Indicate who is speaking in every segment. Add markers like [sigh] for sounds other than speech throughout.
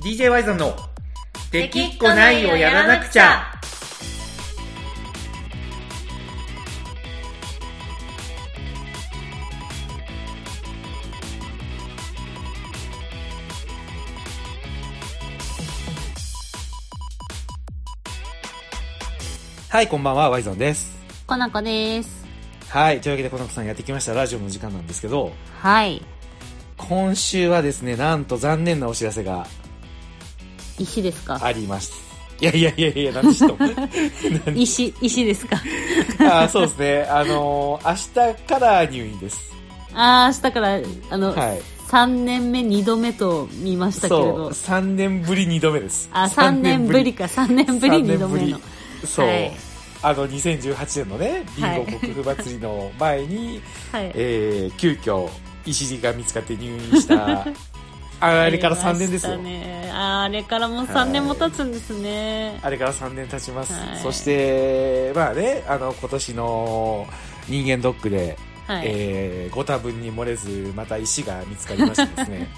Speaker 1: DJ ワイゾンの「できっこないをやらなくちゃ」はいこんばんはワイゾンです
Speaker 2: コナコです。
Speaker 1: はいというわけでこの子さんやってきましたラジオの時間なんですけど
Speaker 2: はい。
Speaker 1: 今週はですねなんと残念なお知らせが
Speaker 2: 石ですか
Speaker 1: ありますいやいやいやいやなんで知ったの
Speaker 2: 石、石です
Speaker 1: [laughs]
Speaker 2: か
Speaker 1: あーそうですね。あのー明日から入院です。
Speaker 2: ああ、明日から、あの、
Speaker 1: はい。
Speaker 2: 3年目2度目と見ましたけれ
Speaker 1: そう。
Speaker 2: ど。
Speaker 1: 3年ぶり2度目です。
Speaker 2: あ、3年ぶりか、3年ぶり
Speaker 1: 三
Speaker 2: 2度目
Speaker 1: 年
Speaker 2: の
Speaker 1: ぶ。りそう。
Speaker 2: はい
Speaker 1: あの、2018年のね、ビ
Speaker 2: は
Speaker 1: ン
Speaker 2: い
Speaker 1: ゴ国府祭りの前に、
Speaker 2: [laughs] はい。
Speaker 1: えー、急遽、石が見つかって入院
Speaker 2: [laughs]
Speaker 1: した、あれから3年です
Speaker 2: あ
Speaker 1: よ
Speaker 2: りま。したねあーあれからもう3年も経つんですね。
Speaker 1: あれから3年経ちます。
Speaker 2: はい
Speaker 1: そして、まあね、あの、今年の人間ドックで、
Speaker 2: はい。
Speaker 1: えーご多分に漏れず、また石が見つかりましてですね。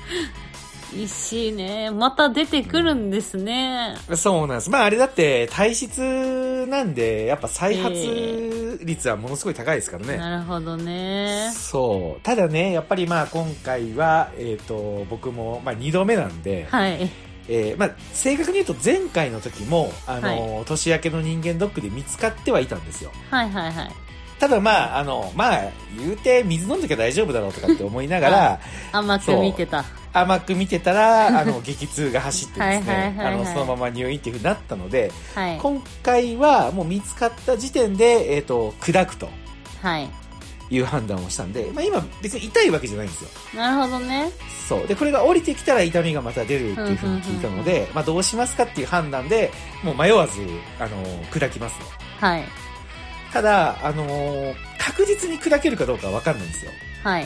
Speaker 2: 石ね、また出てくるんですね。
Speaker 1: そうなんです。まああれだって体質なんで、やっぱ再発率はものすごい高いですからね。
Speaker 2: なるほどね。
Speaker 1: そう。ただね、やっぱりまあ今回は、えっ、と、僕もまあ2度目なんで、
Speaker 2: はい。
Speaker 1: えーまあ正確に言うと前回の時も、あの、年明けの人間ドックで見つかってはいたんですよ。
Speaker 2: はいはいはい。
Speaker 1: ただまあ、あの、まあ言うて水飲んどきゃ大丈夫だろうとかって思いながら、
Speaker 2: 甘く見てた。
Speaker 1: 甘く見てたら、あの、激痛が走ってです
Speaker 2: はいはい
Speaker 1: ね、
Speaker 2: はいは
Speaker 1: あ
Speaker 2: い
Speaker 1: の、そのまま入院っていうふうになったので、
Speaker 2: はい。
Speaker 1: 今回はもう見つかった時点で、えっと砕くと
Speaker 2: はい。
Speaker 1: いう判断をしたんで、まあ、今別に痛いわけじゃないんですよ
Speaker 2: なるほどね。
Speaker 1: そうでこれが降りてきたら痛みがまた出るっていうふうに聞いたの
Speaker 2: うん
Speaker 1: で、まあ、どうしますかっていう判断でもう迷わず、あの砕きますよ
Speaker 2: はい。
Speaker 1: ただ、あのー確実に砕けるかどうかわかんないんですよ
Speaker 2: はい。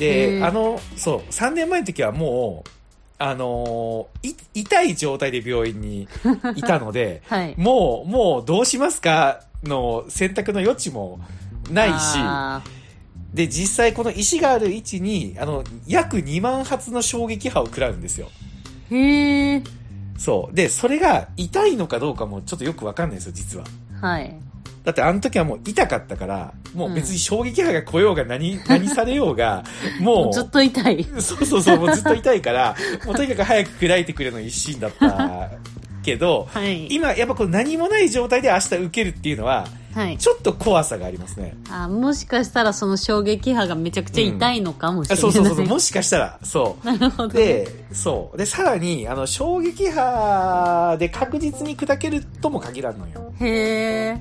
Speaker 2: へ
Speaker 1: で
Speaker 2: ー
Speaker 1: あのそう3年前の時はもうあのーい痛い状態で病院にいたの
Speaker 2: [laughs]
Speaker 1: で
Speaker 2: はい。
Speaker 1: もう、もうどうしますかの選択の余地もないし、
Speaker 2: あ
Speaker 1: で、実際この石がある位置に、あの、約2万発の衝撃波を食らうんですよ。
Speaker 2: ーへえ。
Speaker 1: そう。で、それが痛いのかどうかもちょっとよくわかんないんですよ、実は。
Speaker 2: はい。
Speaker 1: だってあの時はもう痛かったから、もう別に衝撃波が来ようが何、何されよう
Speaker 2: [laughs]
Speaker 1: が、も
Speaker 2: もうずっ
Speaker 1: う、
Speaker 2: と痛い。
Speaker 1: そうそうそう、もうずっと痛いから、もうとにかく早く砕いてくれの一心だったけど、
Speaker 2: はい。
Speaker 1: 今やっぱこう何もない状態で明日受けるっていうのは、
Speaker 2: はい。
Speaker 1: ちょっと怖さがありますね。
Speaker 2: あ、もしかしたらその衝撃波がめちゃくちゃ痛いのかもしれ
Speaker 1: あ
Speaker 2: ない。
Speaker 1: そうそうそうそう、もしかしたら、そう。
Speaker 2: [laughs] なるほど。
Speaker 1: で、そう。で、さらに、あの、衝撃波で確実に砕けるとも限らんのよ。
Speaker 2: へえ。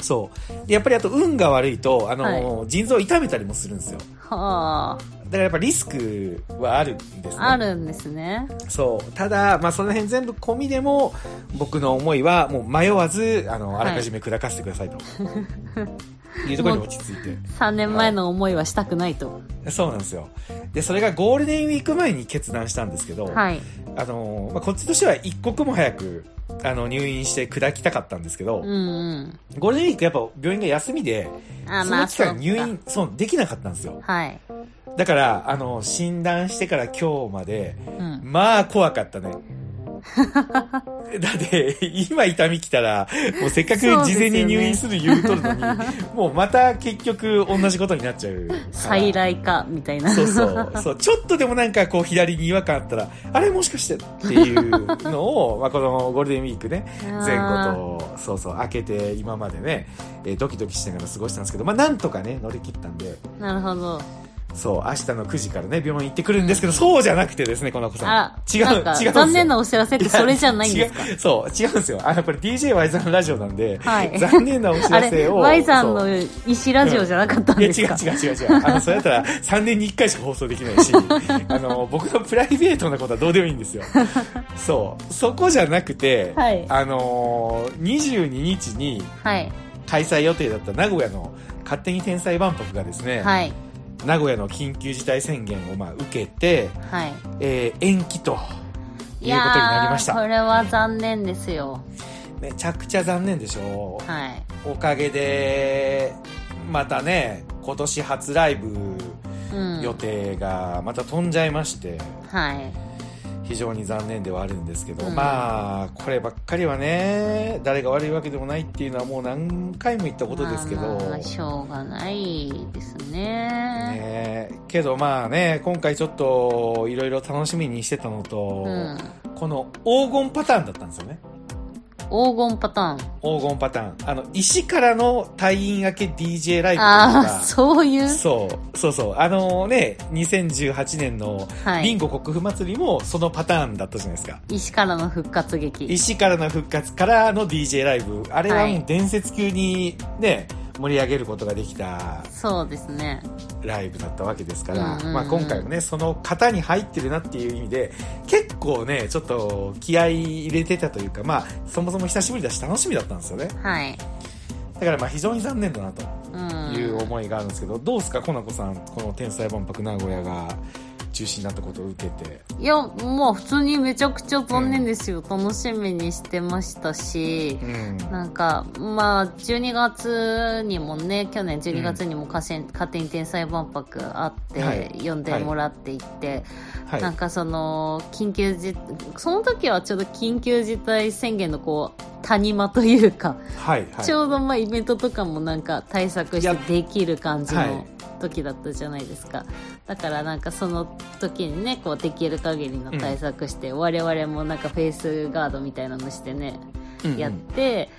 Speaker 1: そう。で、やっぱりあと、運が悪いと、あの、腎臓を痛めたりもするんですよ。
Speaker 2: はあ。
Speaker 1: だからやっぱリスクはあるんですね。
Speaker 2: あるんですね。
Speaker 1: そう。ただ、まあ、その辺全部込みでも、僕の思いは、もう迷わず、あの、あらかじめ砕かせてください [laughs] と。い、うところに落ち着いて。
Speaker 2: 3年前の思いはしたくないと。
Speaker 1: そうなんですよ。で、それがゴールデンウィーク前に決断したんですけど、
Speaker 2: はい。
Speaker 1: あのまあ、こっちとしては一刻も早くあの入院して砕きたかったんですけど、
Speaker 2: うんうん。
Speaker 1: ゴールデンウィークやっぱ病院が休みで、
Speaker 2: あ、
Speaker 1: そ
Speaker 2: ま
Speaker 1: の
Speaker 2: あ、
Speaker 1: 期
Speaker 2: そう
Speaker 1: 間
Speaker 2: か。
Speaker 1: 入院そうできなかったんですよ。
Speaker 2: はい。
Speaker 1: だから、あの、診断してから今日まで、
Speaker 2: うん。
Speaker 1: まあ怖かったね。だって、今痛み来たら、もうせっかく
Speaker 2: そうです
Speaker 1: 事
Speaker 2: よ
Speaker 1: 前
Speaker 2: ね
Speaker 1: に入院する言うとるのに、もうまた結局同じことになっちゃうから。
Speaker 2: 再来か、みたいな。 [laughs]
Speaker 1: そうそう。そう。ちょっとでもなんかこう左に違和感あったら、あれもしかしてっていうのを、 [laughs] まあこのゴールデンウィークね、前後と、そうそう、開けて今までね、えードキドキしながら過ごしたんですけど、まあなんとかね、乗り切ったんで、
Speaker 2: と。なるほど。
Speaker 1: そう、明日の9時からね、病院行ってくるんですけど、そうじゃなくてですね、この子さん。
Speaker 2: あら、
Speaker 1: 違う、違
Speaker 2: な
Speaker 1: うん
Speaker 2: か
Speaker 1: ですよ。
Speaker 2: 残念なお知らせってそれじゃないんですか
Speaker 1: [laughs] 違うそう、違うんですよ。あの、これ DJ ワイザンラジオなんで、
Speaker 2: はい
Speaker 1: 残念なお知
Speaker 2: あ
Speaker 1: らせ
Speaker 2: れ、
Speaker 1: を。
Speaker 2: Y さん
Speaker 1: そう
Speaker 2: の石ラジオじゃなかったん
Speaker 1: いや
Speaker 2: で
Speaker 1: 違
Speaker 2: す
Speaker 1: う
Speaker 2: か
Speaker 1: 違う違う違う。あの、それだったら3年に1回しか放送できない
Speaker 2: [laughs]
Speaker 1: し、あの、僕のプライベートなことはどうでもいいんですよ。そう。そこじゃなくて、
Speaker 2: はい
Speaker 1: あのー、22日に
Speaker 2: はい。
Speaker 1: 開催予定だった名古屋の勝手に天才万博がですね、
Speaker 2: はい。
Speaker 1: 名古屋の緊急事態宣言をまあ受けて、
Speaker 2: はい。
Speaker 1: えー延期と。いうこと
Speaker 2: い
Speaker 1: になりました
Speaker 2: やーこれは残念ですよ。
Speaker 1: めちゃくちゃ残念でしょう。
Speaker 2: はい。
Speaker 1: おかげで、またね、今年初ライブ
Speaker 2: うん。
Speaker 1: 予定がまた飛んじゃいまして、
Speaker 2: はい。
Speaker 1: 非常に残念ではあるんですけど、
Speaker 2: うん
Speaker 1: まあこればっかりはね誰が悪いわけでもないっていうのはもう何回も言ったことですけど、
Speaker 2: まあまあしょうがないですね。
Speaker 1: ねえけどまあね今回ちょっといろいろ楽しみにしてたのと、
Speaker 2: うん。
Speaker 1: この黄金パターンだったんですよね
Speaker 2: 黄金パターン。
Speaker 1: 黄金パターンあの石からの退院明け DJ ライブと
Speaker 2: ああ、
Speaker 1: か
Speaker 2: そういう。
Speaker 1: そうそうそうあのね2018年の
Speaker 2: は
Speaker 1: ビン
Speaker 2: い。
Speaker 1: ゴ国府祭りもそのパターンだったじゃないですか、
Speaker 2: 石からの復活劇。
Speaker 1: 石からの復活からの DJ ライブあれは
Speaker 2: は
Speaker 1: もう
Speaker 2: い
Speaker 1: 伝説級にね盛り上げることができた
Speaker 2: そうですね。
Speaker 1: ライブだったわけですから、
Speaker 2: うんうんうん
Speaker 1: まあ、今回もねその型に入ってるなっていう意味で結構ねちょっと気合い入れてたというか、まあ、そもそも久しぶりだし楽しみだったんですよね
Speaker 2: はい。
Speaker 1: だからまあ非常に残念だなと
Speaker 2: うん。
Speaker 1: いう思いがあるんですけど、どうですかコナコさんこの「天才万博名古屋」が中止になったことを受けて
Speaker 2: いや、もう普通にめちゃくちゃ残念ですよ。楽しみにしてましたし。
Speaker 1: うん
Speaker 2: なんか、まあ、12月にもね、去年12月にも勝手に,、勝手に天才万博あって、
Speaker 1: はい
Speaker 2: 呼んでもらっていって、
Speaker 1: はい
Speaker 2: なんかその、緊急事、その時はちょうど緊急事態宣言のこう、谷間というか、
Speaker 1: はいはい
Speaker 2: ちょうどまあイベントとかもなんか対策
Speaker 1: いや
Speaker 2: してできる感じ
Speaker 1: は
Speaker 2: の
Speaker 1: い
Speaker 2: 時だったじゃないですか、だからなんかその時にねこうできる限りの対策して、我々もなんかフェイスガードみたいなのしてね、
Speaker 1: うんうん
Speaker 2: やって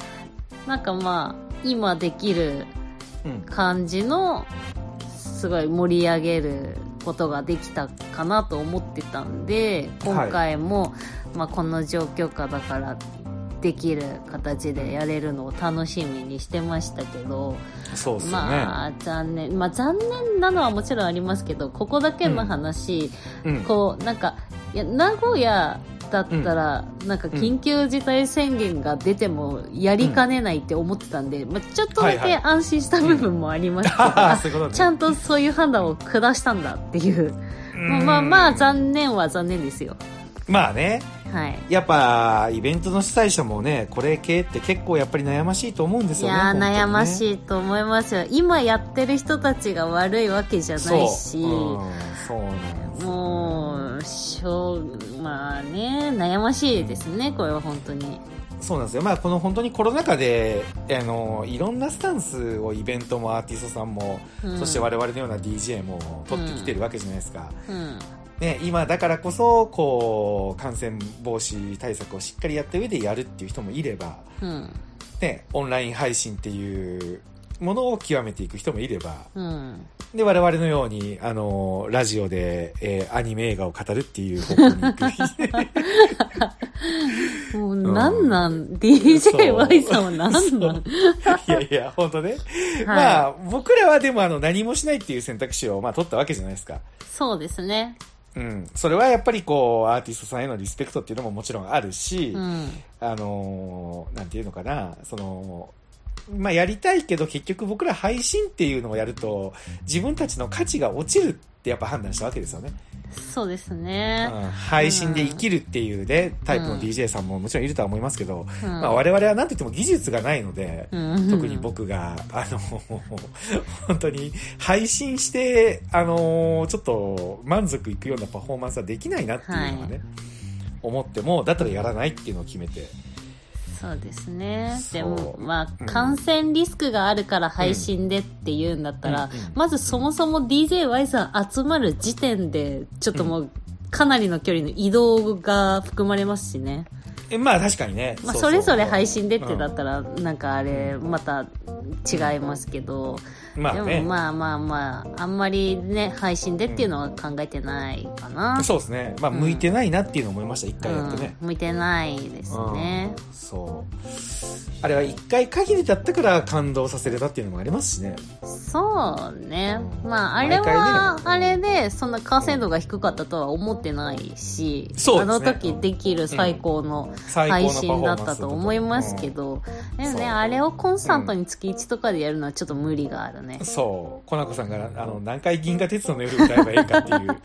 Speaker 2: なんかまあ今できる
Speaker 1: うん
Speaker 2: 感じのすごい盛り上げることができたかなと思ってたんで今回も、まあ、この状況下だからできる形でやれるのを楽しみにしてましたけど、
Speaker 1: そうですよね、
Speaker 2: まあ残念まあ残念なのはもちろんありますけどここだけの話、
Speaker 1: うん
Speaker 2: こうなんかいや名古屋だったら、なんか緊急事態宣言が出てもやりかねないって思ってたんで、まあ、ちょっとだ
Speaker 1: はい
Speaker 2: け
Speaker 1: は
Speaker 2: 安心した部分もありましたけど、
Speaker 1: あー [laughs] そういうことね
Speaker 2: ちゃんとそういう判断を下したんだっていう、
Speaker 1: うん
Speaker 2: まあまあ残念は残念ですよ
Speaker 1: まあね
Speaker 2: はい
Speaker 1: やっぱイベントの主催者もねこれ系って結構やっぱり悩ましいと思うんです
Speaker 2: い
Speaker 1: よね
Speaker 2: やー
Speaker 1: 本当にね
Speaker 2: 悩ましいと思いますよ今やってる人たちが悪いわけじゃないし、
Speaker 1: そう,、うん、そうなんです
Speaker 2: もうしょうまあね悩ましいですねこれは本当に
Speaker 1: そうなんですよまあこの本当にコロナ禍であのいろんなスタンスをイベントもアーティストさんも、
Speaker 2: うん
Speaker 1: そして我々のような DJ も取ってきてるわけじゃないですか、
Speaker 2: うん
Speaker 1: ね、今だからこそこう感染防止対策をしっかりやった上でやるっていう人もいれば、
Speaker 2: うん
Speaker 1: ね、オンライン配信っていうものを極めていく人もいれば
Speaker 2: うん
Speaker 1: で、我々のように、あの、ラジオで、えーアニメ映画を語るっていう方向に行く。
Speaker 2: もう
Speaker 1: うん
Speaker 2: なんなん、DJY さんはなん
Speaker 1: そ
Speaker 2: な
Speaker 1: うん [laughs] いやいや、本当ね。まあ、僕らはでも、あの、何もしないっていう選択肢を、まあ、取ったわけじゃないですか。
Speaker 2: そうですね
Speaker 1: うん。それはやっぱり、こう、アーティストさんへのリスペクトっていうのももちろんあるし、
Speaker 2: うん
Speaker 1: あのーなんていうのかな、その、まあ、やりたいけど、結局僕ら配信っていうのをやると、自分たちの価値が落ちるってやっぱ判断したわけですよね。
Speaker 2: そうですね、
Speaker 1: うん配信で生きるっていうね、タイプの DJ さんももちろんいるとは思いますけど、
Speaker 2: うん
Speaker 1: まあ、我々は何と言っても技術がないので、
Speaker 2: うん
Speaker 1: 特に僕が、あの、 [laughs] 本当に配信して、あの、ちょっと満足いくようなパフォーマンスはできないなっていうのがね、
Speaker 2: はい
Speaker 1: 思っても、だったらやらないっていうのを決めて、
Speaker 2: そうですね
Speaker 1: そう
Speaker 2: でもま
Speaker 1: うん
Speaker 2: あ感染リスクがあるから配信でっていうんだったら、
Speaker 1: うんうん
Speaker 2: まずそもそも DJY さん集まる時点でちょっともうかなりの距離の移動が含まれますしね、
Speaker 1: えまあ確かにね、
Speaker 2: ま
Speaker 1: う
Speaker 2: あ、そうれぞれ配信でってだったらなんかあれまた違いますけど、
Speaker 1: うんまあ
Speaker 2: で
Speaker 1: ね
Speaker 2: もまあまあまああんまりね配信でっていうのは考えてないかな、
Speaker 1: そうですね、まあ向いてないなっていうのを思いました、一回やってね。
Speaker 2: うん、向いてないですね、
Speaker 1: うんそうあれは一回限りだったから感動させれたっていうのもありますしね
Speaker 2: そうね
Speaker 1: うん
Speaker 2: まああれ
Speaker 1: 毎
Speaker 2: はあ
Speaker 1: 回ね
Speaker 2: れでそんな完成度が低かったとは思ってないし、
Speaker 1: そう
Speaker 2: あ
Speaker 1: です
Speaker 2: の
Speaker 1: ね
Speaker 2: 時できる最高の
Speaker 1: 最高の
Speaker 2: 配
Speaker 1: パフォー
Speaker 2: 信
Speaker 1: マ
Speaker 2: だ
Speaker 1: ンス
Speaker 2: ったと思いますけど、でも
Speaker 1: そう
Speaker 2: ねあれをコンスタントに月1とかでやるのはちょっと無理があるね、
Speaker 1: そうコナコさんがあの何回銀河鉄道の夜歌えばいいかってい
Speaker 2: [laughs]
Speaker 1: う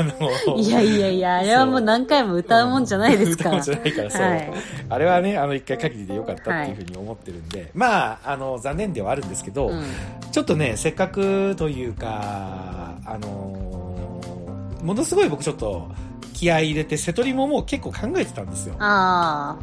Speaker 1: あの
Speaker 2: いやいやいやあれはもう何回も歌うもんじゃないですから、
Speaker 1: うん歌うもんじゃないからそう、
Speaker 2: はい
Speaker 1: あれはねあの一回限りでよかったっていうふうに思ってるんで、まああの残念ではあるんですけど、
Speaker 2: うん
Speaker 1: ちょっとねせっかくというかあのものすごい僕ちょっと気合い入れて、瀬戸りももう結構考えてたんですよ。
Speaker 2: あ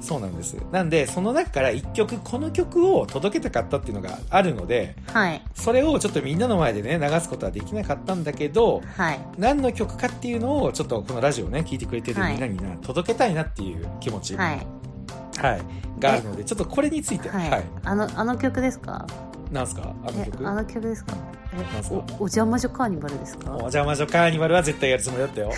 Speaker 1: そうなんです。なんで、その中から一曲、この曲を届けたかったっていうのがあるので、
Speaker 2: あ、はい、
Speaker 1: それをちょっとみんなの前でね、流すことはできなかったんだけど、
Speaker 2: はい。
Speaker 1: 何の曲かっていうのを、ちょっとこのラジオね、聞いてくれてる
Speaker 2: はい
Speaker 1: みんなにな、届けたいなっていう気持ち、
Speaker 2: はい。
Speaker 1: はいがあるので、ちょっとこれについて、は。
Speaker 2: はいい、あの、あの曲ですか。
Speaker 1: なんすかあの
Speaker 2: え
Speaker 1: 曲
Speaker 2: あの曲ですか。
Speaker 1: なん
Speaker 2: え
Speaker 1: す
Speaker 2: お
Speaker 1: か、
Speaker 2: お邪魔女カーニバルです
Speaker 1: お
Speaker 2: か。
Speaker 1: 邪魔女カーニバルは絶対やるつもりだっ
Speaker 2: [laughs]
Speaker 1: たよ。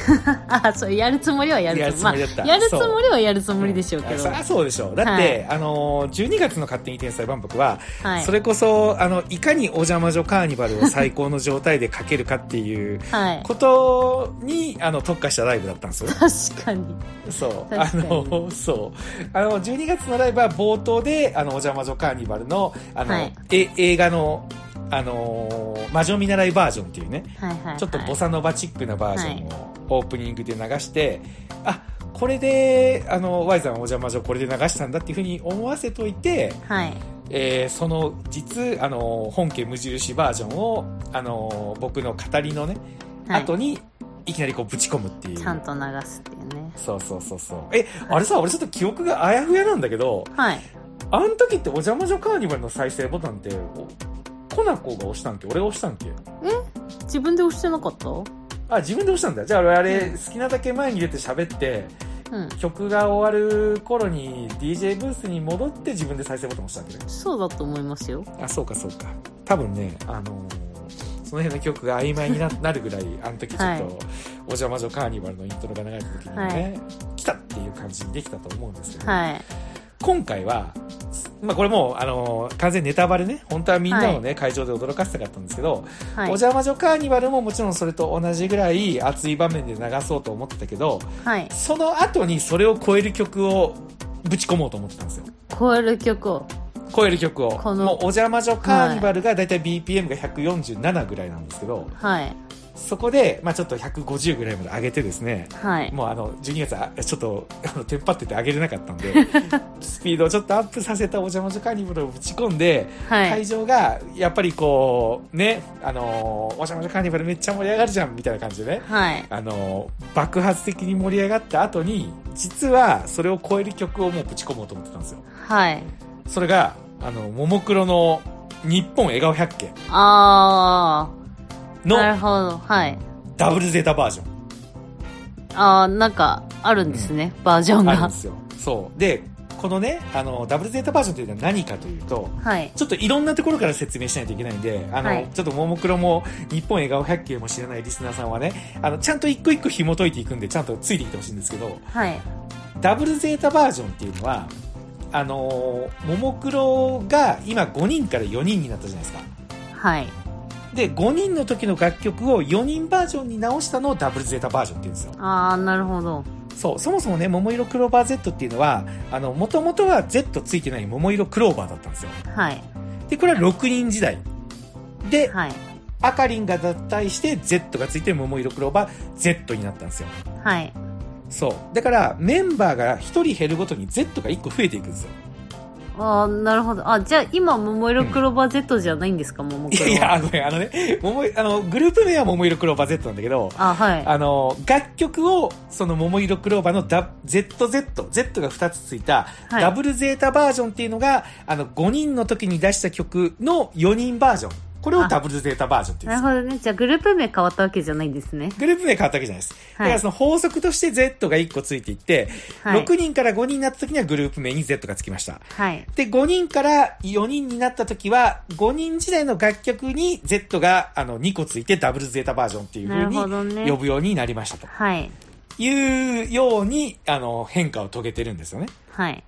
Speaker 2: あ、そう、やるつもりはやるつもり。
Speaker 1: やるつもりだった
Speaker 2: まあやるつもりはやるつもりでしょうけ
Speaker 1: [laughs] あ
Speaker 2: ど。
Speaker 1: そりゃそうでしょう。だって、
Speaker 2: はい
Speaker 1: あのー、12月の勝手に天才万博は、
Speaker 2: はい。
Speaker 1: それこそ、あの、いかにお邪魔女カーニバルを最高の状態でかけるかっていう
Speaker 2: はい。
Speaker 1: ことに、あの、特化したライブだったんですよ。
Speaker 2: 確かに。
Speaker 1: そう。あ
Speaker 2: 確かに
Speaker 1: の、そう。あの、12月のライブは冒頭で、あの、お邪魔女カーニバルの、あの、
Speaker 2: はい
Speaker 1: え映画の、あのー魔女見習いバージョンっていうね、
Speaker 2: はいはい、はい。
Speaker 1: ちょっとボサノバチックなバージョンをオープニングで流して、あ、これで、あの、Y さんお邪魔女これで流したんだっていうふうに思わせといて、
Speaker 2: はい。
Speaker 1: えーその実、あの、本家無印バージョンを、あの、僕の語りのね、
Speaker 2: はい。
Speaker 1: 後に、いきなりこうぶち込むっていう。
Speaker 2: ちゃんと流すっていうね。
Speaker 1: そうそうそうそう。え、あれさ、俺ちょっと記憶があやふやなんだけど、
Speaker 2: はい。
Speaker 1: あの時ってお邪魔女カーニバルの再生ボタンって、おコナコが押したんけ俺が押したんけ
Speaker 2: 自分で押してなかった。
Speaker 1: あ、自分で押したんだ。じゃあ俺あれ、
Speaker 2: うん
Speaker 1: 好きなだけ前に出て喋って、
Speaker 2: うん。
Speaker 1: 曲が終わる頃に DJ ブースに戻って自分で再生ボタン押したんだよね
Speaker 2: そうだと思いますよ。
Speaker 1: あそうかそうか多分ねあのーその辺の曲が曖昧 [laughs] にななるぐらいあの時ちょっと、
Speaker 2: は
Speaker 1: お
Speaker 2: い
Speaker 1: 邪魔女カーニバルのイントロが流れた時にね、来たっていう感じにできたと思うんですけど、
Speaker 2: はい。
Speaker 1: 今回は、まあ、これもう、あのー完全ネタバレね本当はみんなをね、会場で驚かせたかったんですけど、
Speaker 2: は
Speaker 1: お
Speaker 2: い。
Speaker 1: 邪魔女カーニバルももちろんそれと同じぐらい熱い場面で流そうと思ってたけど
Speaker 2: はい。
Speaker 1: その後にそれを超える曲をぶち込もうと思ってたんですよ
Speaker 2: 超える曲を。
Speaker 1: 超える曲を
Speaker 2: この
Speaker 1: もうお邪魔女カーニバルがだいたい BPM が147ぐらいなんですけど、
Speaker 2: はい。
Speaker 1: そこで、まあ、ちょっと150ぐらいまで上げてですね
Speaker 2: はい。
Speaker 1: もうあの12月あちょっとあのテンパってて上げれなかったん
Speaker 2: [laughs]
Speaker 1: でスピードをちょっとアップさせたお邪魔女カーニバルをぶち込んで、
Speaker 2: はい。
Speaker 1: 会場がやっぱりこうねあのーお邪魔女カーニバルめっちゃ盛り上がるじゃんみたいな感じでね
Speaker 2: はい。
Speaker 1: あのー爆発的に盛り上がった後に実はそれを超える曲をもうぶち込もうと思ってたんですよ
Speaker 2: はい。
Speaker 1: それが、あの、ももクロの日本笑顔百景
Speaker 2: あー。な
Speaker 1: の
Speaker 2: るほど。はい。
Speaker 1: ダブルゼータバージョン
Speaker 2: あー、なんか、あるんですね。バージョン
Speaker 1: あるん
Speaker 2: が
Speaker 1: で。すよ。そう。で、このね、あの、ダブルゼータバージョンというのは何かというと、
Speaker 2: はい。
Speaker 1: ちょっといろんなところから説明しないといけないんで、あの、
Speaker 2: はい
Speaker 1: ちょっとももクロも日本笑顔百景も知らないリスナーさんはね、あの、ちゃんと一個一個紐解いていくんで、ちゃんとついてきてほしいんですけど、
Speaker 2: はい。
Speaker 1: ダブルゼータバージョンっていうのは、あのももクロが今5人から4人になったじゃないですか。
Speaker 2: はい。
Speaker 1: で、5人の時の楽曲を4人バージョンに直したのをダブルゼータバージョンって言うんですよ。
Speaker 2: あー、なるほど。
Speaker 1: そう、そもそもね、桃色クローバー Z っていうのは、あの、もともとは Z ついてない桃色クローバーだったんですよ。
Speaker 2: はい。
Speaker 1: で、これは6人時代。で、
Speaker 2: はい。
Speaker 1: アカリンが脱退して Z がついて桃色クローバー Z になったんですよ。
Speaker 2: はい。
Speaker 1: そう。だから、メンバーが1人減るごとに Z が1個増えていくんですよ。
Speaker 2: あー、なるほど。あ、じゃあ今、桃色クローバー Z じゃないんですか、桃
Speaker 1: い
Speaker 2: 黒
Speaker 1: や
Speaker 2: はい
Speaker 1: や、あのね、あのね、桃い、あの、グループ名は桃色クローバー Z なんだけど、
Speaker 2: あ、はい。
Speaker 1: あの、楽曲を、その、桃色クローバーのダ ZZ、Z が2つついた、
Speaker 2: はい
Speaker 1: ダブルゼータバージョンっていうのが、あの、5人の時に出した曲の4人バージョン。これを
Speaker 2: あ
Speaker 1: ダブルゼータバージョンっていうん
Speaker 2: な
Speaker 1: で
Speaker 2: る
Speaker 1: す
Speaker 2: ほどね。じゃあグループ名変わったわけじゃないんですね。
Speaker 1: グループ名変わったわけじゃないです。だ
Speaker 2: はい
Speaker 1: からその法則として Z が1個ついていって、
Speaker 2: はい
Speaker 1: 6人から5人になった時にはグループ名に Z がつきました。
Speaker 2: はい。
Speaker 1: で、5人から4人になった時は、5人時代の楽曲に Z があの2個ついてダブルゼータバージョンっていう
Speaker 2: なるほど
Speaker 1: 風に
Speaker 2: ね
Speaker 1: 呼ぶようになりましたと。
Speaker 2: はい。
Speaker 1: いうように、あの、変化を遂げてるんですよね。
Speaker 2: はい。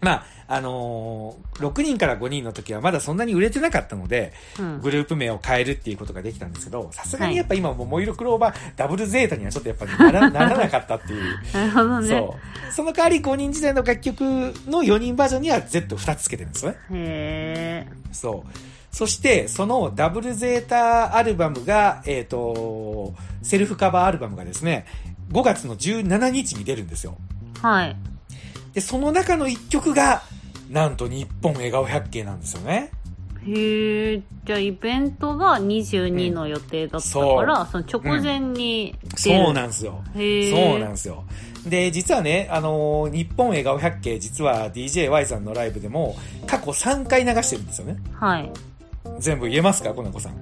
Speaker 1: まあ、あのー6人から5人の時はまだそんなに売れてなかったので、
Speaker 2: うん。
Speaker 1: グループ名を変えるっていうことができたんですけど、さすがにやっぱ今、桃色クローバー、ダブルゼータにはちょっとやっぱな
Speaker 2: [laughs]
Speaker 1: らならなかったっていう。
Speaker 2: なるほどね。
Speaker 1: そう。その代わり5人時代の楽曲の4人バージョンには Z2 つつけてるんですよね。
Speaker 2: へえ。
Speaker 1: そう。そして、そのダブルゼータアルバムが、えっ、と、セルフカバーアルバムがですね、5月の17日に出るんですよ。
Speaker 2: はい。
Speaker 1: で、その中の一曲が、なんと日本笑顔百景なんですよね。
Speaker 2: へへえじゃあイベントが22の予定だったから、その直前に出る、
Speaker 1: そうなんですよ。
Speaker 2: へえ
Speaker 1: そうなんですよ。で、実はね、あのー日本映画を百景、実は DJY さんのライブでも、過去3回流してるんですよね。
Speaker 2: はい
Speaker 1: 全部言えますか、この子さん。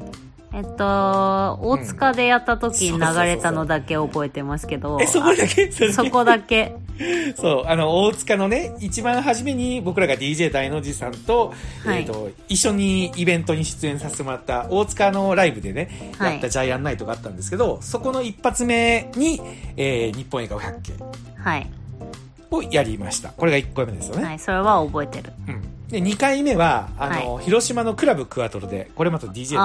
Speaker 2: えっと大塚でやった時に流れたのだけ覚えてますけど、
Speaker 1: え、そこだけそれだけ
Speaker 2: そこだけ
Speaker 1: そう、あの、大塚のね、一番初めに僕らが DJ 大の字さんと、
Speaker 2: はい
Speaker 1: えっ、と、一緒にイベントに出演させてもらった、大塚のライブでね、
Speaker 2: はい
Speaker 1: やったジャイアンナイトがあったんですけど、そこの一発目に、えー日本映画を百景
Speaker 2: はい、
Speaker 1: をやりました。これが1個目ですよね。
Speaker 2: はい、それは覚えてる
Speaker 1: うん。で、2回目は、あの、広島のクラブクワトロで、これまた DJ 大の字さん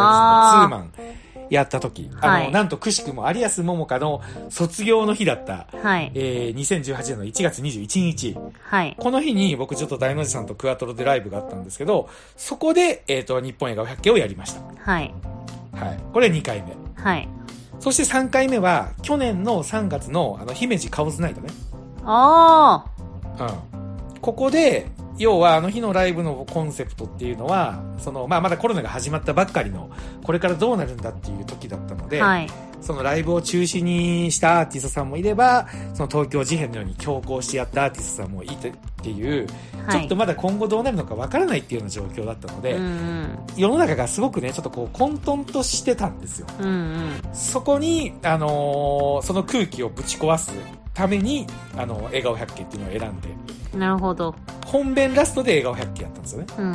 Speaker 2: あー
Speaker 1: のツーマンやった時、あの、
Speaker 2: はい
Speaker 1: なんとくしくも有安桃香の卒業の日だった、
Speaker 2: はい
Speaker 1: えー2018年の1月21日。
Speaker 2: はい
Speaker 1: この日に僕ちょっと大の字さんとクワトロでライブがあったんですけど、そこで、えっ、と、日本映画500景をやりました。
Speaker 2: はい
Speaker 1: はい。これ2回目。
Speaker 2: はい
Speaker 1: そして3回目は、去年の3月の、あの、姫路カオズナイトね。
Speaker 2: あ
Speaker 1: うん。ここで、要はあの日のライブのコンセプトっていうのは、その、まあ、まだコロナが始まったばっかりの、これからどうなるんだっていう時だったの
Speaker 2: あ
Speaker 1: で、
Speaker 2: はい
Speaker 1: そのライブを中止にしたアーティストさんもいれば、その東京事変のように強行してやったアーティストさんもいてっていう、ち
Speaker 2: は
Speaker 1: ょっ
Speaker 2: い
Speaker 1: とまだ今後どうなるのかわからないっていうような状況だったので、
Speaker 2: うんうん
Speaker 1: 世の中がすごくね、ちょっとこう混沌としてたんですよ。
Speaker 2: うんうん
Speaker 1: そこに、あのーその空気をぶち壊すために、あの笑顔百景っていうのを選んで、
Speaker 2: なるほど。
Speaker 1: 本編ラストで笑顔百景やったんですよね。
Speaker 2: うん、うん、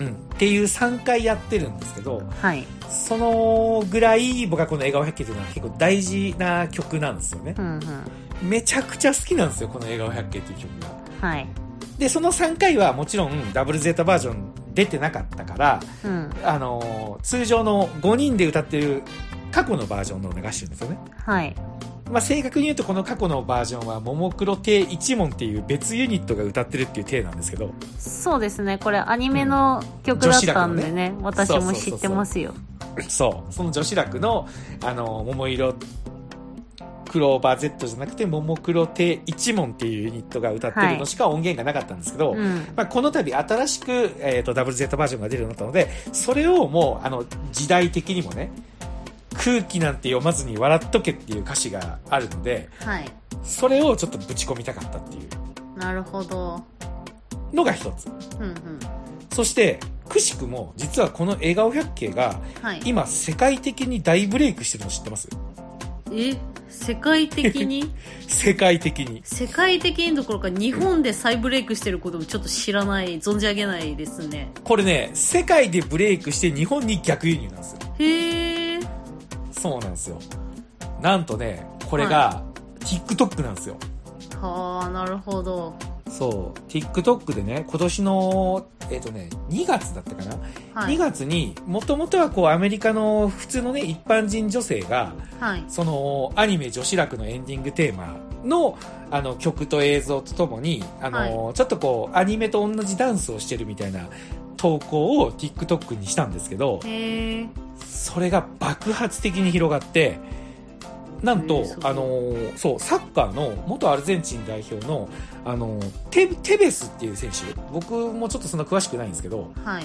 Speaker 2: うん。
Speaker 1: うん。っていう3回やってるんですけど、
Speaker 2: はい。
Speaker 1: そのぐらい僕はこの笑顔百景っていうのは結構大事な曲なんですよね
Speaker 2: う。ん、うん。
Speaker 1: めちゃくちゃ好きなんですよ、この笑顔百景っていう曲が。
Speaker 2: はい。
Speaker 1: で、その3回はもちろんダブルゼータバージョン出てなかったから、
Speaker 2: うん。
Speaker 1: あのー通常の5人で歌ってる過去のバージョンのを流してるんですよね。
Speaker 2: はい。
Speaker 1: まあ、正確に言うとこの過去のバージョンは、ももクロ亭一門っていう別ユニットが歌ってるっていう体なんですけど、
Speaker 2: そうですね。これアニメの曲だったんでね。私
Speaker 1: そうそ
Speaker 2: も
Speaker 1: うそう
Speaker 2: 知
Speaker 1: そう
Speaker 2: ってますよ。
Speaker 1: そう、その女子楽の、あのー桃色、クローバー Z じゃなくて、ももクロ亭一門っていうユニットが歌ってるのしか音源がなかったんですけど、
Speaker 2: うん。
Speaker 1: まあ、この度新しく、えー、と WZ バージョンが出るようになったので、それをもう、あの、時代的にもね、空気なんて読まずに笑っとけっていう歌詞があるので、
Speaker 2: はい。
Speaker 1: それをちょっとぶち込みたかったっていう
Speaker 2: なるほど。
Speaker 1: のが一つ。
Speaker 2: うん、うん。
Speaker 1: そして、くしくも、実はこの笑顔百景が、
Speaker 2: はい。
Speaker 1: 今、世界的に大ブレイクしてるの知ってます
Speaker 2: え世界的に
Speaker 1: 世界的に。
Speaker 2: 世界的にどころか日本で再ブレイクしてることもちょっと知らない、存じ上げないですね。
Speaker 1: これね、世界でブレイクして日本に逆輸入なんですよ。
Speaker 2: へえ。
Speaker 1: そうなんですよ。なんとね、これが、TikTok なんですよ。
Speaker 2: はあ、なるほど。
Speaker 1: そう、TikTok でね、今年の、えっ、とね、2月だったかな、
Speaker 2: は
Speaker 1: ?2
Speaker 2: い。
Speaker 1: 月に、もともとはこう、アメリカの普通のね、一般人女性が、
Speaker 2: はい。
Speaker 1: その、アニメ女子楽のエンディングテーマの、あの、曲と映像とともに、あの、ちょっとこう、アニメと同じダンスをしてるみたいな投稿を TikTok にしたんですけど、
Speaker 2: へえ。
Speaker 1: それが爆発的に広がって、なん
Speaker 2: え
Speaker 1: と
Speaker 2: ーす、ごい
Speaker 1: あのーそう、サッカーの元アルゼンチン代表の、あのーテ、テベスっていう選手、僕もちょっとそんな詳しくないんですけど、
Speaker 2: はい。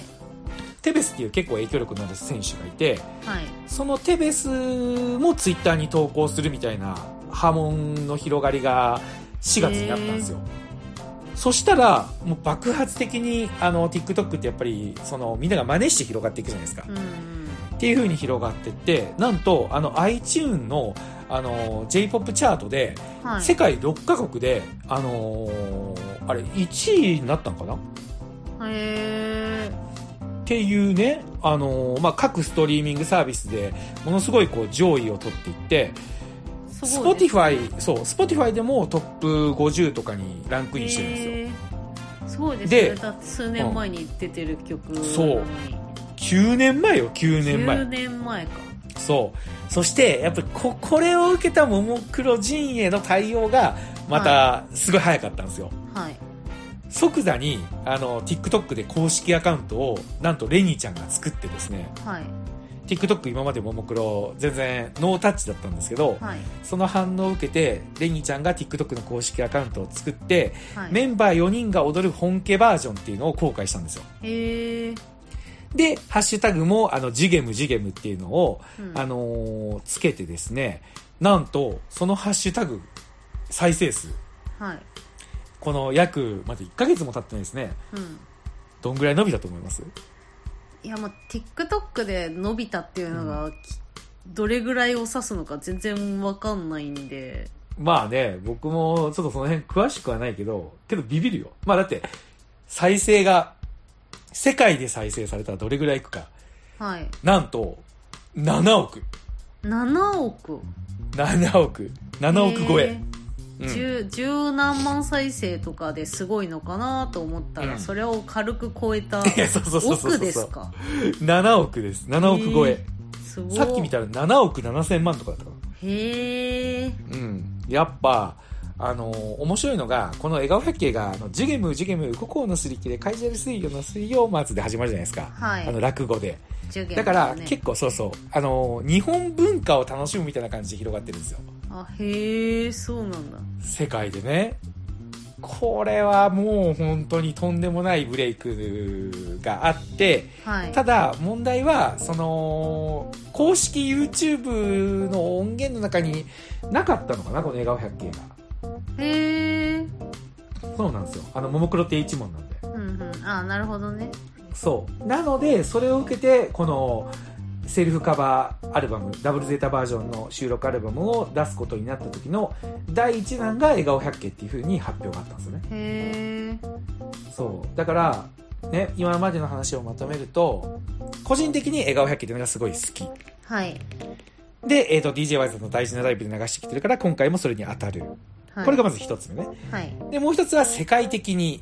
Speaker 1: テベスっていう結構影響力のある選手がいて、
Speaker 2: はい。
Speaker 1: そのテベスもツイッターに投稿するみたいな波紋の広がりが4月にあったんですよ。そしたら、もう爆発的に、あの、TikTok ってやっぱり、その、みんなが真似して広がっていくじゃないですか。
Speaker 2: うんうん。
Speaker 1: っていう風に広がってって、なんと、あの、iTune の、あの、J-POP チャートで、
Speaker 2: はい。
Speaker 1: 世界6カ国で、あのーあれ、1位になったのかなっ
Speaker 2: へえ
Speaker 1: ていうね、あのーまあ、各ストリーミングサービスで、ものすごいこう、上位を取っていって、
Speaker 2: すごいです
Speaker 1: Spotify、そう、Spotify でもトップ50とかにランクインしてるんですよ。
Speaker 2: へーすごいです
Speaker 1: で
Speaker 2: ねだって数年前に出てる曲なのに、
Speaker 1: そう9年前よ、9年前
Speaker 2: 10。年前か
Speaker 1: そう。そして、やっぱりこ、これを受けたももクロ陣営の対応が、また、すごい早かったんですよ。
Speaker 2: はい
Speaker 1: 即座に、あの、TikTok で公式アカウントを、なんとレニーちゃんが作ってですね、
Speaker 2: はい
Speaker 1: TikTok 今までももクロ全然ノータッチだったんですけど、
Speaker 2: はい
Speaker 1: その反応を受けて、レニーちゃんが TikTok の公式アカウントを作って、
Speaker 2: はい
Speaker 1: メンバー4人が踊る本家バージョンっていうのを公開したんですよ。
Speaker 2: へえ
Speaker 1: で、ハッシュタグも、あの、ジゲムジゲムっていうのを、
Speaker 2: うん
Speaker 1: あのーつけてですね、なんと、そのハッシュタグ、再生数、
Speaker 2: はい。
Speaker 1: この約、まだ1ヶ月も経ってないですね。
Speaker 2: うん。
Speaker 1: どんぐらい伸びたと思います
Speaker 2: いや、まあ、TikTok で伸びたっていうのが、きどれぐらいを指すのか全然わかんないんで。
Speaker 1: まあね、僕もちょっとその辺詳しくはないけど、けどビビるよ。まあだって、再生が、世界で再生されたらどれぐらいいくか。
Speaker 2: はい。
Speaker 1: なんと、7億。
Speaker 2: 7億。
Speaker 1: 7億。7億超え。うん
Speaker 2: 十十何万再生とかですごいのかなと思ったら、
Speaker 1: うん
Speaker 2: それを軽く超え
Speaker 1: [laughs]
Speaker 2: た
Speaker 1: いやそうそうそうそうそう
Speaker 2: 億ですか
Speaker 1: 7億です。7億超え。
Speaker 2: すごい
Speaker 1: さっき見たら7億7千万とかだったか
Speaker 2: へえ
Speaker 1: な。うん。やっぱ、あのー面白いのが、この笑顔百景が、あの、ジゲム、ジゲム、五行のすり切れ、カイジャル水曜の水曜末で始まるじゃないですか。
Speaker 2: はい
Speaker 1: あの、落語で。
Speaker 2: 授業
Speaker 1: だから、
Speaker 2: ね
Speaker 1: 結構そうそう、あのー日本文化を楽しむみたいな感じで広がってるんですよ。
Speaker 2: あへえそうなんだ
Speaker 1: 世界でね。これはもう本当にとんでもないブレイクがあって、
Speaker 2: はい
Speaker 1: ただ問題はその公式 YouTube の音源の中になかったのかなこの笑顔百景が
Speaker 2: へえ
Speaker 1: そうなんですよあのももクロって一問なんで
Speaker 2: うんうんあなるほどね
Speaker 1: そうなのでそれを受けてこのセルフカバーアルバムダブルゼータバージョンの収録アルバムを出すことになった時の第1弾が笑顔百景っていう風に発表があったんですよね
Speaker 2: へえ
Speaker 1: そうだからね今までの話をまとめると個人的に笑顔百景っていうのがすごい好き
Speaker 2: はい
Speaker 1: で、えっ、と、DJ ワイズの大事なライブで流してきてるから、今回もそれに当たる。
Speaker 2: はい
Speaker 1: これがまず一つ目ね。
Speaker 2: はい
Speaker 1: で、もう一つは世界的に、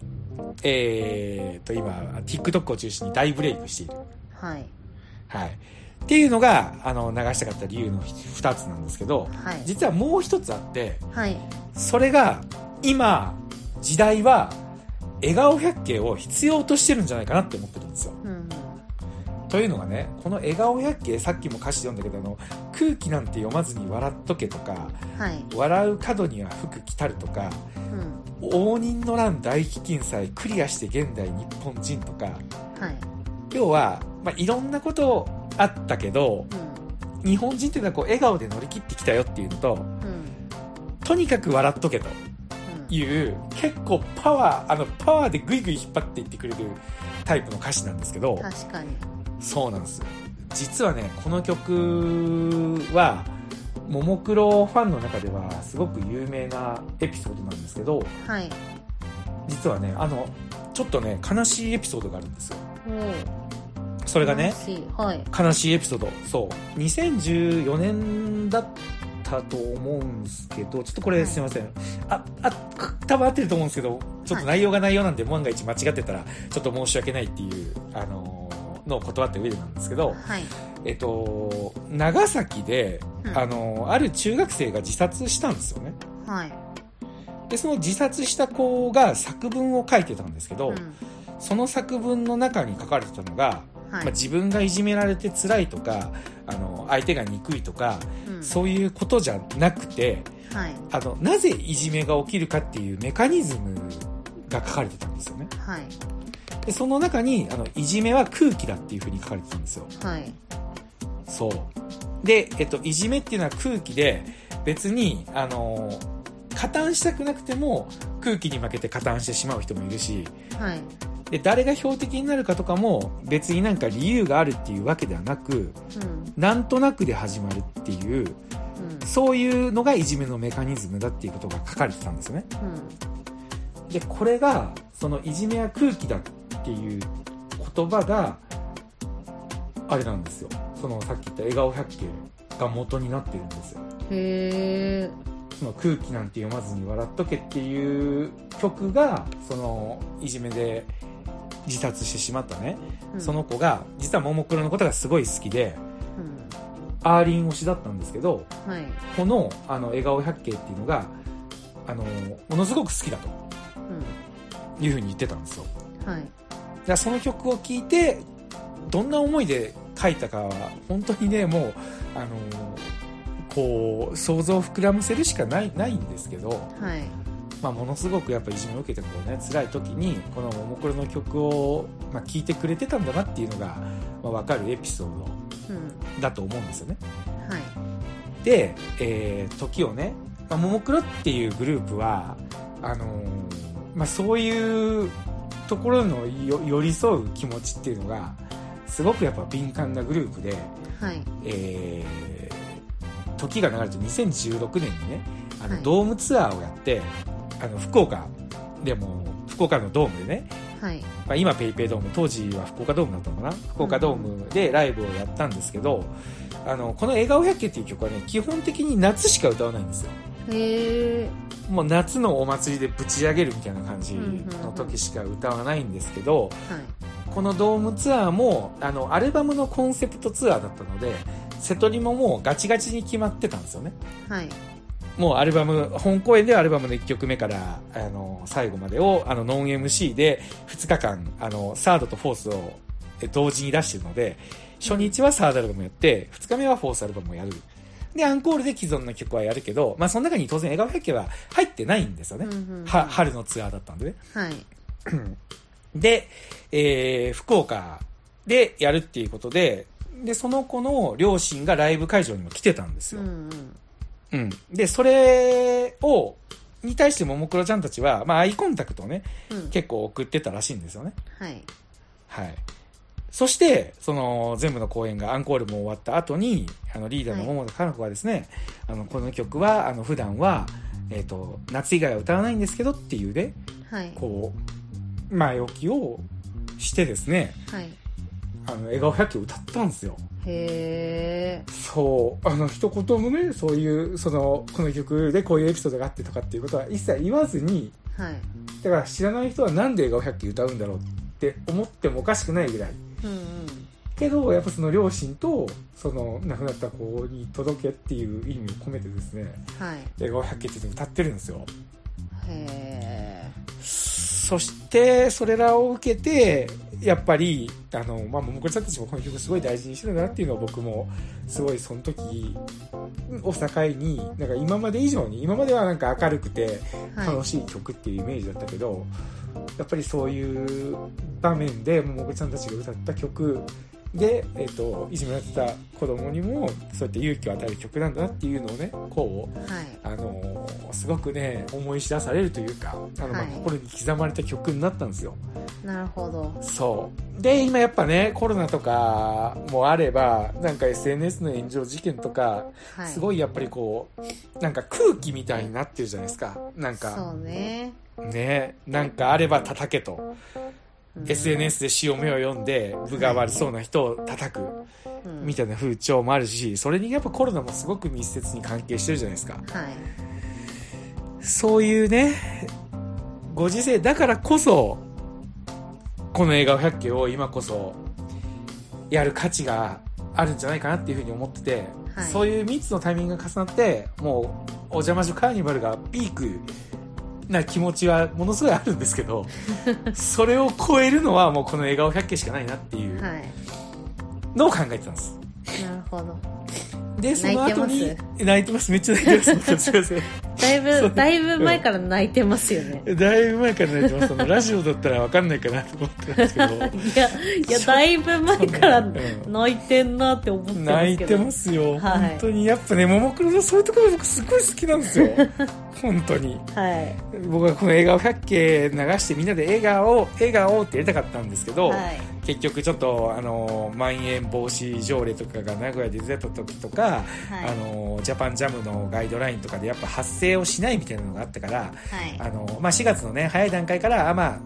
Speaker 1: えっ、と、今、TikTok を中心に大ブレイクしている。
Speaker 2: はい
Speaker 1: はい。っていうのが、あの、流したかった理由の二つなんですけど、
Speaker 2: はい
Speaker 1: 実はもう一つあって、
Speaker 2: はい
Speaker 1: それが、今、時代は、笑顔百景を必要としてるんじゃないかなって思ってるんですよ。
Speaker 2: うんうん
Speaker 1: というのがね、この笑顔百景、さっきも歌詞読んだけど、あの、空気なんて読まずに笑っとけとか、
Speaker 2: はい
Speaker 1: 笑う角には服着たるとか、
Speaker 2: うん
Speaker 1: 応仁の乱大飢饉さえクリアして現代日本人とか、
Speaker 2: はい
Speaker 1: 要は、まあ、いろんなことあったけど、
Speaker 2: う
Speaker 1: 日本人っていうのはこう笑顔で乗り切ってきたよっていうのと、
Speaker 2: んうん
Speaker 1: とにかく笑っとけと
Speaker 2: うん
Speaker 1: いう、結構パワー、あの、パワーでぐいぐい引っ張っていってくれるタイプの歌詞なんですけど、
Speaker 2: 確かに
Speaker 1: そうなんですよ。実はね、この曲は、ももクロファンの中ではすごく有名なエピソードなんですけど、
Speaker 2: はい
Speaker 1: 実はねあのちょっとね悲しいエピソードがあるんですよ
Speaker 2: おー
Speaker 1: それがね
Speaker 2: 楽しいはい
Speaker 1: 悲しいエピソードそう2014年だったと思うんですけどちょっとこ
Speaker 2: は
Speaker 1: れ
Speaker 2: い
Speaker 1: すいません、ああか多分合ってると思うんですけどちょっと内容が内容なんで万が一間違ってたらちょっと申し訳ないっていうあのーのを断った上でなんですけど、
Speaker 2: はい
Speaker 1: えっと、長崎で、
Speaker 2: うん
Speaker 1: あのーある中学生が自殺したんですよね
Speaker 2: はい
Speaker 1: でその自殺した子が作文を書いてたんですけど、
Speaker 2: うん
Speaker 1: その作文の中に書かれてたのが、ま
Speaker 2: はい
Speaker 1: あ、自分がいじめられて辛いとかあの相手が憎いとか、
Speaker 2: うん
Speaker 1: そういうことじゃなくて
Speaker 2: はい
Speaker 1: あのなぜいじめが起きるかっていうメカニズムが書かれてたんですよね
Speaker 2: はい
Speaker 1: でその中にあのいじめは空気だっていうふうに書かれてたんですよ
Speaker 2: はい
Speaker 1: そうで、えっと、いじめっていうのは空気で別にあの加担したくなくても空気に負けて加担してしまう人もいるし、
Speaker 2: はい
Speaker 1: で誰が標的になるかとかも別になんか理由があるっていうわけではなく
Speaker 2: うん
Speaker 1: なんとなくで始まるっていう
Speaker 2: うん
Speaker 1: そういうのがいじめのメカニズムだっていうことが書かれてたんですよね
Speaker 2: うん
Speaker 1: でこれがそのいじめは空気だっていう言葉があれなんですよそのさっき言った笑顔百景が元になってるんですよ
Speaker 2: へえ
Speaker 1: その空気なんて読まずに笑っとけっていう曲がそのいじめで自殺してしまったねその子が実はももクロのことがすごい好きで
Speaker 2: うん
Speaker 1: アーリン推しだったんですけど
Speaker 2: はい
Speaker 1: このあの笑顔百景っていうのがあのものすごく好きだと
Speaker 2: うん
Speaker 1: いうふうに言ってたんですよ
Speaker 2: はい
Speaker 1: だからその曲を聴いてどんな思いで書いたかは本当にねもうあのこう想像を膨らませるしかないないんですけど
Speaker 2: はい
Speaker 1: まあ、ものすごくやっぱいじめを受けてこうね辛い時にこのももクロの曲を、まあ、聞いてくれてたんだなっていうのが、まあ、分かるエピソードだと思うんですよね。
Speaker 2: うんはい
Speaker 1: で、えー時をね、まあ、ももクロっていうグループはあのーまあ、そういうところのよ寄り添う気持ちっていうのがすごくやっぱ敏感なグループで、
Speaker 2: はい
Speaker 1: えー時が流れて2016年にねあ
Speaker 2: は
Speaker 1: の
Speaker 2: い
Speaker 1: ドームツアーをやって、あの福岡でも福岡のドームでね、
Speaker 2: はい
Speaker 1: まあ、今ペイペイドーム当時は福岡ドームだったのかな福岡ドームでライブをやったんですけど、あのこの「笑顔百景」っていう曲はね基本的に夏しか歌わないんですよ
Speaker 2: へえ
Speaker 1: もう夏のお祭りでぶち上げるみたいな感じの時しか歌わないんですけど、
Speaker 2: はい
Speaker 1: このドームツアーもあのアルバムのコンセプトツアーだったので瀬戸りももうガチガチに決まってたんですよね
Speaker 2: はい
Speaker 1: もうアルバム本公演ではアルバムの1曲目からあの最後までをあのノン MC で2日間あのサードとフォースをえ同時に出してるので初日はサードアルバムをやって2日目はフォースアルバムをやるでアンコールで既存の曲はやるけど、まあ、その中に当然笑顔百景は入ってないんですよね、
Speaker 2: うんうんうん
Speaker 1: は春のツアーだったんでね
Speaker 2: はい
Speaker 1: で、えー福岡でやるっていうことで、で、その子の両親がライブ会場にも来てたんです
Speaker 2: う
Speaker 1: よ。
Speaker 2: んうん
Speaker 1: うんで、それを、に対してももクロちゃんたちは、まあ、アイコンタクトをね、
Speaker 2: うん
Speaker 1: 結構送ってたらしいんですよね。
Speaker 2: はい
Speaker 1: はい。そして、その、全部の公演がアンコールも終わった後に、あの、リーダーの桃田かな子はですね、あの、この曲は、あの、普段は、えっ、と、夏以外は歌わないんですけどっていうね、
Speaker 2: はい
Speaker 1: こう、前置きをしてですね、
Speaker 2: はい
Speaker 1: あの、笑顔百景を歌ったんですよ。
Speaker 2: へえ
Speaker 1: そう。あの、一言もね、そういう、その、この曲でこういうエピソードがあってとかっていうことは一切言わずに、
Speaker 2: はい
Speaker 1: だから知らない人はなんで笑顔百景歌うんだろうって思ってもおかしくないぐらい。
Speaker 2: うん
Speaker 1: けど、やっぱその両親と、その亡くなった子に届けっていう意味を込めてですね、
Speaker 2: うんはい
Speaker 1: 笑顔百景っていうのを歌ってるんですよ。
Speaker 2: へ
Speaker 1: そして、それらを受けて、やっぱり、あの、まあ、ももクロちゃんたちもこの曲すごい大事にしてるんだなっていうのを僕も、すごいその時を境に、なんか今まで以上に、今まではなんか明るくて
Speaker 2: えはい
Speaker 1: 楽しい曲っていうイメージだったけど、やっぱりそういう場面でももクロちゃんたちが歌った曲で、えっ、と、いじめられてた子供にも、そうやって勇気を与える曲なんだなっていうのをね、こう、
Speaker 2: はい
Speaker 1: あのーすごくね思い知らされるというかあの、まあ
Speaker 2: はい
Speaker 1: 心に刻まれた曲になったんですよ
Speaker 2: なるほど
Speaker 1: そうで今やっぱねコロナとかもあればなんか SNS の炎上事件とか、
Speaker 2: はい
Speaker 1: すごいやっぱりこうなんか空気みたいになってるじゃないですかなん
Speaker 2: そ
Speaker 1: か
Speaker 2: うね
Speaker 1: ねなんかあれば叩けと、
Speaker 2: うん
Speaker 1: SNS で潮目を読んで部が悪そうな人を叩く
Speaker 2: うん
Speaker 1: みたいな風潮もあるしそれにやっぱコロナもすごく密接に関係してるじゃないですか
Speaker 2: はい
Speaker 1: そういうね、ご時世だからこそ、この映画百景を今こそ、やる価値があるんじゃないかなっていうふうに思ってて、
Speaker 2: はい
Speaker 1: そういう3つのタイミングが重なって、もう、お邪魔女カーニバルがピークな気持ちはものすごいあるんですけ
Speaker 2: [laughs]
Speaker 1: ど、それを超えるのはもうこの笑顔百景しかないなっていう
Speaker 2: はい
Speaker 1: のを考えてたんです。
Speaker 2: なるほど
Speaker 1: で、その後に
Speaker 2: 泣いて、
Speaker 1: 泣いてます。めっちゃ泣い
Speaker 2: [laughs]
Speaker 1: てます。すいません。
Speaker 2: だい
Speaker 1: そ
Speaker 2: ぶ
Speaker 1: う
Speaker 2: だいぶ前から泣いてますよね
Speaker 1: だいぶ前から泣いてます。あのラジオだったらわかんないかなと思ってたんですけ
Speaker 2: [laughs]
Speaker 1: ど。
Speaker 2: いやいやだいぶ前から泣いてんなって思ってますけど
Speaker 1: 泣いてますよ。
Speaker 2: はい
Speaker 1: 本当に。やっぱね、ももクロのそういうところ僕すごい好きなんです
Speaker 2: [laughs]
Speaker 1: よ。本当に。
Speaker 2: はい
Speaker 1: 僕はこの笑顔百景流してみんなで笑顔、笑顔ってやりたかったんですけど、
Speaker 2: はい
Speaker 1: 結局ちょっと、あの、まん延防止条例とかが名古屋で出た時とか、
Speaker 2: はい
Speaker 1: あの、ジャパンジャムのガイドラインとかでやっぱ発声をしないみたいなのがあったから、
Speaker 2: はい
Speaker 1: あの、まあ、4月のね、早い段階から、あま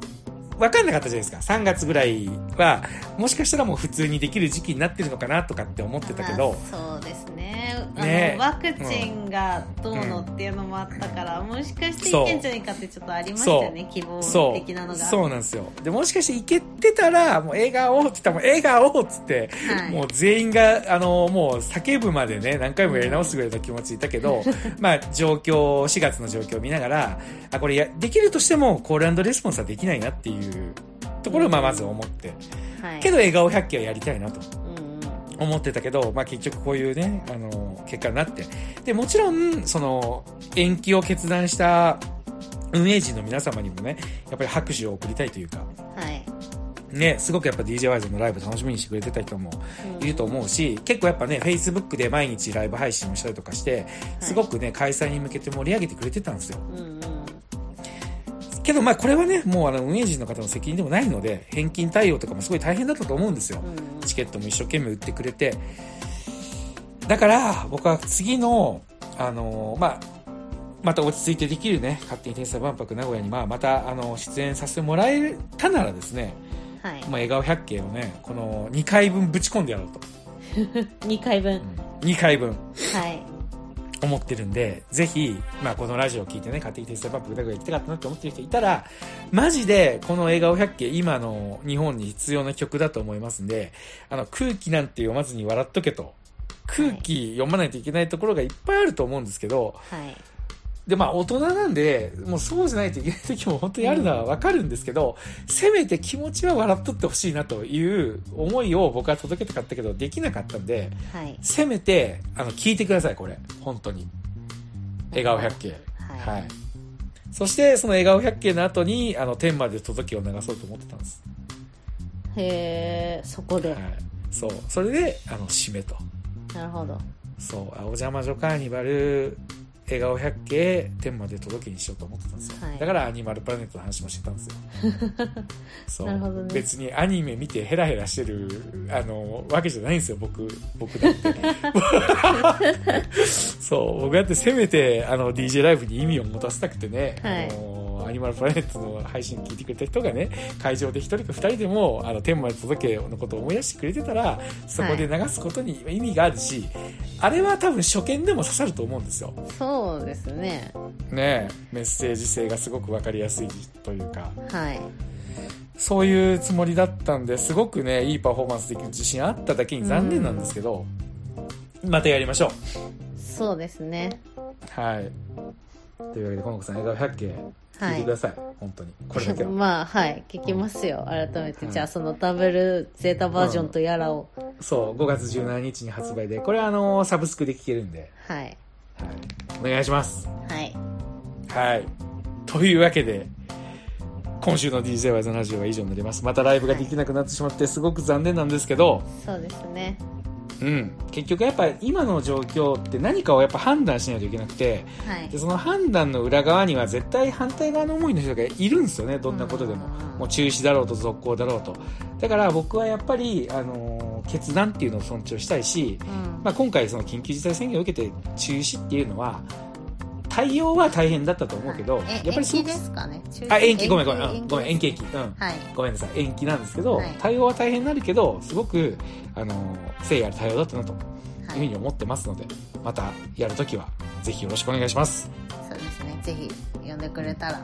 Speaker 1: あ、わかんなかったじゃないですか。3月ぐらいは、もしかしたらもう普通にできる時期になってるのかなとかって思ってたけど、
Speaker 2: まあそうですねあの
Speaker 1: ね
Speaker 2: ワクチンがどうのっていうのもあったから、もしかしていけんじゃないかってちょっとありましたよね希望
Speaker 1: そ
Speaker 2: 的なの
Speaker 1: う、
Speaker 2: が
Speaker 1: そうなんですよ。で、もしかしていけてたら、もう笑顔って言ったら、もう笑顔っつって、
Speaker 2: はい
Speaker 1: もう全員が、あの、もう叫ぶまでね、何回もやり直すぐらいの気持ちいたけど、 [laughs] まあ、状況、4月の状況を見ながら、あ、これや、できるとしても、コールレスポンスはできないなっていうところを、まあ、まず思って。
Speaker 2: はい、
Speaker 1: けど、笑顔百景はやりたいなと。
Speaker 2: うんうん
Speaker 1: 思ってたけど、まあ、結局こういうね、あの、結果になって。で、もちろん、その、延期を決断した運営陣の皆様にもね、やっぱり拍手を送りたいというか、
Speaker 2: はい。
Speaker 1: ね、すごくやっぱ DJYZ のライブ楽しみにしてくれてた人もいると思うし、結構やっぱね、Facebook で毎日ライブ配信をしたりとかして、すごくね、開催に向けて盛り上げてくれてたんですよ。
Speaker 2: うんうん。
Speaker 1: けどまあこれはね、もうあの運営陣の方の責任でもないので、返金対応とかもすごい大変だったと思うんですよ
Speaker 2: う。ん
Speaker 1: チケットも一生懸命売ってくれて。だから、僕は次の、あのーまあ、また落ち着いてできるね、勝手に天才万博名古屋に、まあ、また、あの、出演させてもらえたならですね、
Speaker 2: うん。はい。
Speaker 1: まあ、笑顔百景をね、この2回分ぶち込んでやろうと。
Speaker 2: 2回分。
Speaker 1: 2回分
Speaker 2: はい。
Speaker 1: 思ってるんで、ぜひ、まあ、このラジオを聞いてね、勝手に天才万博名古屋行きたかったなって思ってる人いたら、マジで、この笑顔百景、今の日本に必要な曲だと思いますんで、あの、空気なんて読まずに笑っとけと。空気読まないといけないところがいっぱいあると思うんですけど、
Speaker 2: はい。
Speaker 1: で、まあ大人なんで、もうそうじゃないといけない時も本当にあるのはわかるんですけど、せめて気持ちは笑っとってほしいなという思いを僕は届けたかったけど、できなかったんで、
Speaker 2: はい。
Speaker 1: せめて、あの、聞いてください、これ。本当に。笑顔百景。
Speaker 2: はい。
Speaker 1: はい。そして、その笑顔百景の後に、あの、天まで届けを流そうと思ってたんです。
Speaker 2: へえ、そこで
Speaker 1: は。い。そう。それで、あの、締めと。
Speaker 2: なるほど。
Speaker 1: そう。あお邪魔女カーニバル、笑顔百景、天まで届けにしようと思ってたんですよ。
Speaker 2: はい
Speaker 1: だからアニマルプラネットの話もしてたん
Speaker 2: [laughs]
Speaker 1: ですよ。そう
Speaker 2: なるほどね
Speaker 1: 別にアニメ見てヘラヘラしてる、あの、わけじゃないんですよ、僕、僕だ
Speaker 2: [laughs]
Speaker 1: って。そう、僕だってせめて、あの、DJ ライブに意味を持たせたくてね、
Speaker 2: はい
Speaker 1: あの、アニマルプラネットの配信聞いてくれた人がね、会場で一人か二人でも、あの、天まで届けのことを思い出してくれてたら、そこで流すことに意味があるし、あれは多分初見でも刺さると思うんですよ。
Speaker 2: そうですね。
Speaker 1: ねえメッセージ性がすごくわかりやすいというか、
Speaker 2: はい。
Speaker 1: そういうつもりだったんで、すごくね、いいパフォーマンスできる自信あっただけに残念なんですけど、またやりましょう。
Speaker 2: そうですね。
Speaker 1: はい。というわけで、この子さん、映画百景、聞いてください。本当に。これだけ [laughs] は。
Speaker 2: [laughs] まあ、はい。聞きますよ。改めて。
Speaker 1: はい
Speaker 2: じゃあ、そのダブルゼータバージョンとやらを。
Speaker 1: そう、5月17日に発売で、これはあのーサブスクで聞けるんで、
Speaker 2: はい。
Speaker 1: はい。お願いします。
Speaker 2: はい。
Speaker 1: はい。というわけで、今週の DJYZ ラジオは以上になります。またライブができなくなってしまって、すごく残念なんですけど、
Speaker 2: そうですね。
Speaker 1: うん。結局やっぱ今の状況って何かをやっぱ判断しないといけなくて、
Speaker 2: はい
Speaker 1: で。その判断の裏側には絶対反対側の思いの人がいるんですよねどんなことでも
Speaker 2: うん
Speaker 1: もう中止だろうと続行だろうとだから僕はやっぱり、あのー決断っていうのを尊重したいし、
Speaker 2: うん
Speaker 1: まあ、今回その緊急事態宣言を受けて中止っていうのは対応は大変だったと思うけど、
Speaker 2: はいえ
Speaker 1: やっぱり
Speaker 2: 延期
Speaker 1: く
Speaker 2: ですかね。中止
Speaker 1: あ延期ごめんごめん、
Speaker 2: 延期
Speaker 1: うんごめん延期延期、うん、
Speaker 2: はい。
Speaker 1: ごめんなさい延期なんですけど、
Speaker 2: はい
Speaker 1: 対応は大変になるけどすごく、あのー誠意ある対応だったなという
Speaker 2: は
Speaker 1: ふうに
Speaker 2: い。
Speaker 1: 思ってますのでまたやるときはぜひよろしくお願いします。
Speaker 2: そうですね。ぜひ、呼んでくれたら。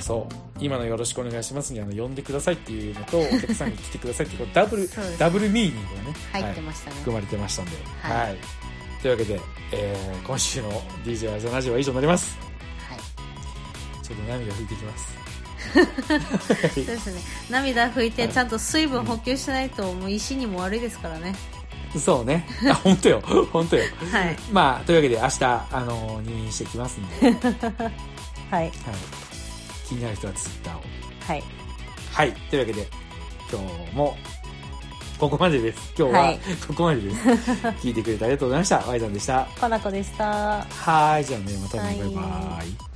Speaker 1: そう今のよろしくお願いしますにあの呼んでくださいっていうの
Speaker 2: [laughs]
Speaker 1: とお客さんに来てくださいっていうこうダブル
Speaker 2: そうです
Speaker 1: ダブルミーニングがね、
Speaker 2: 入って
Speaker 1: はい
Speaker 2: ましたね。
Speaker 1: 含まれてましたんで、
Speaker 2: は
Speaker 1: はいいというわけで、えー今週の DJ アザナジオは以上になります
Speaker 2: はい。
Speaker 1: ちょっと涙拭いてきます
Speaker 2: そうですね。涙拭いて、ちゃんと水分補給しないと、もう石にも悪いですからね。
Speaker 1: そうねあ本当よ本当よ
Speaker 2: はい。
Speaker 1: まあというわけで明日、あの入院してきますん [laughs] で、はい、
Speaker 2: はい。
Speaker 1: 気になる人は Twitter を
Speaker 2: はい。
Speaker 1: はいというわけで今日もここまでです今日は、
Speaker 2: はい
Speaker 1: ここまでです [laughs] 聞いてくれてありがとうございましたワイザンでした
Speaker 2: かなこでした。
Speaker 1: はーい、じゃあね、またね、
Speaker 2: はい
Speaker 1: バイバイ。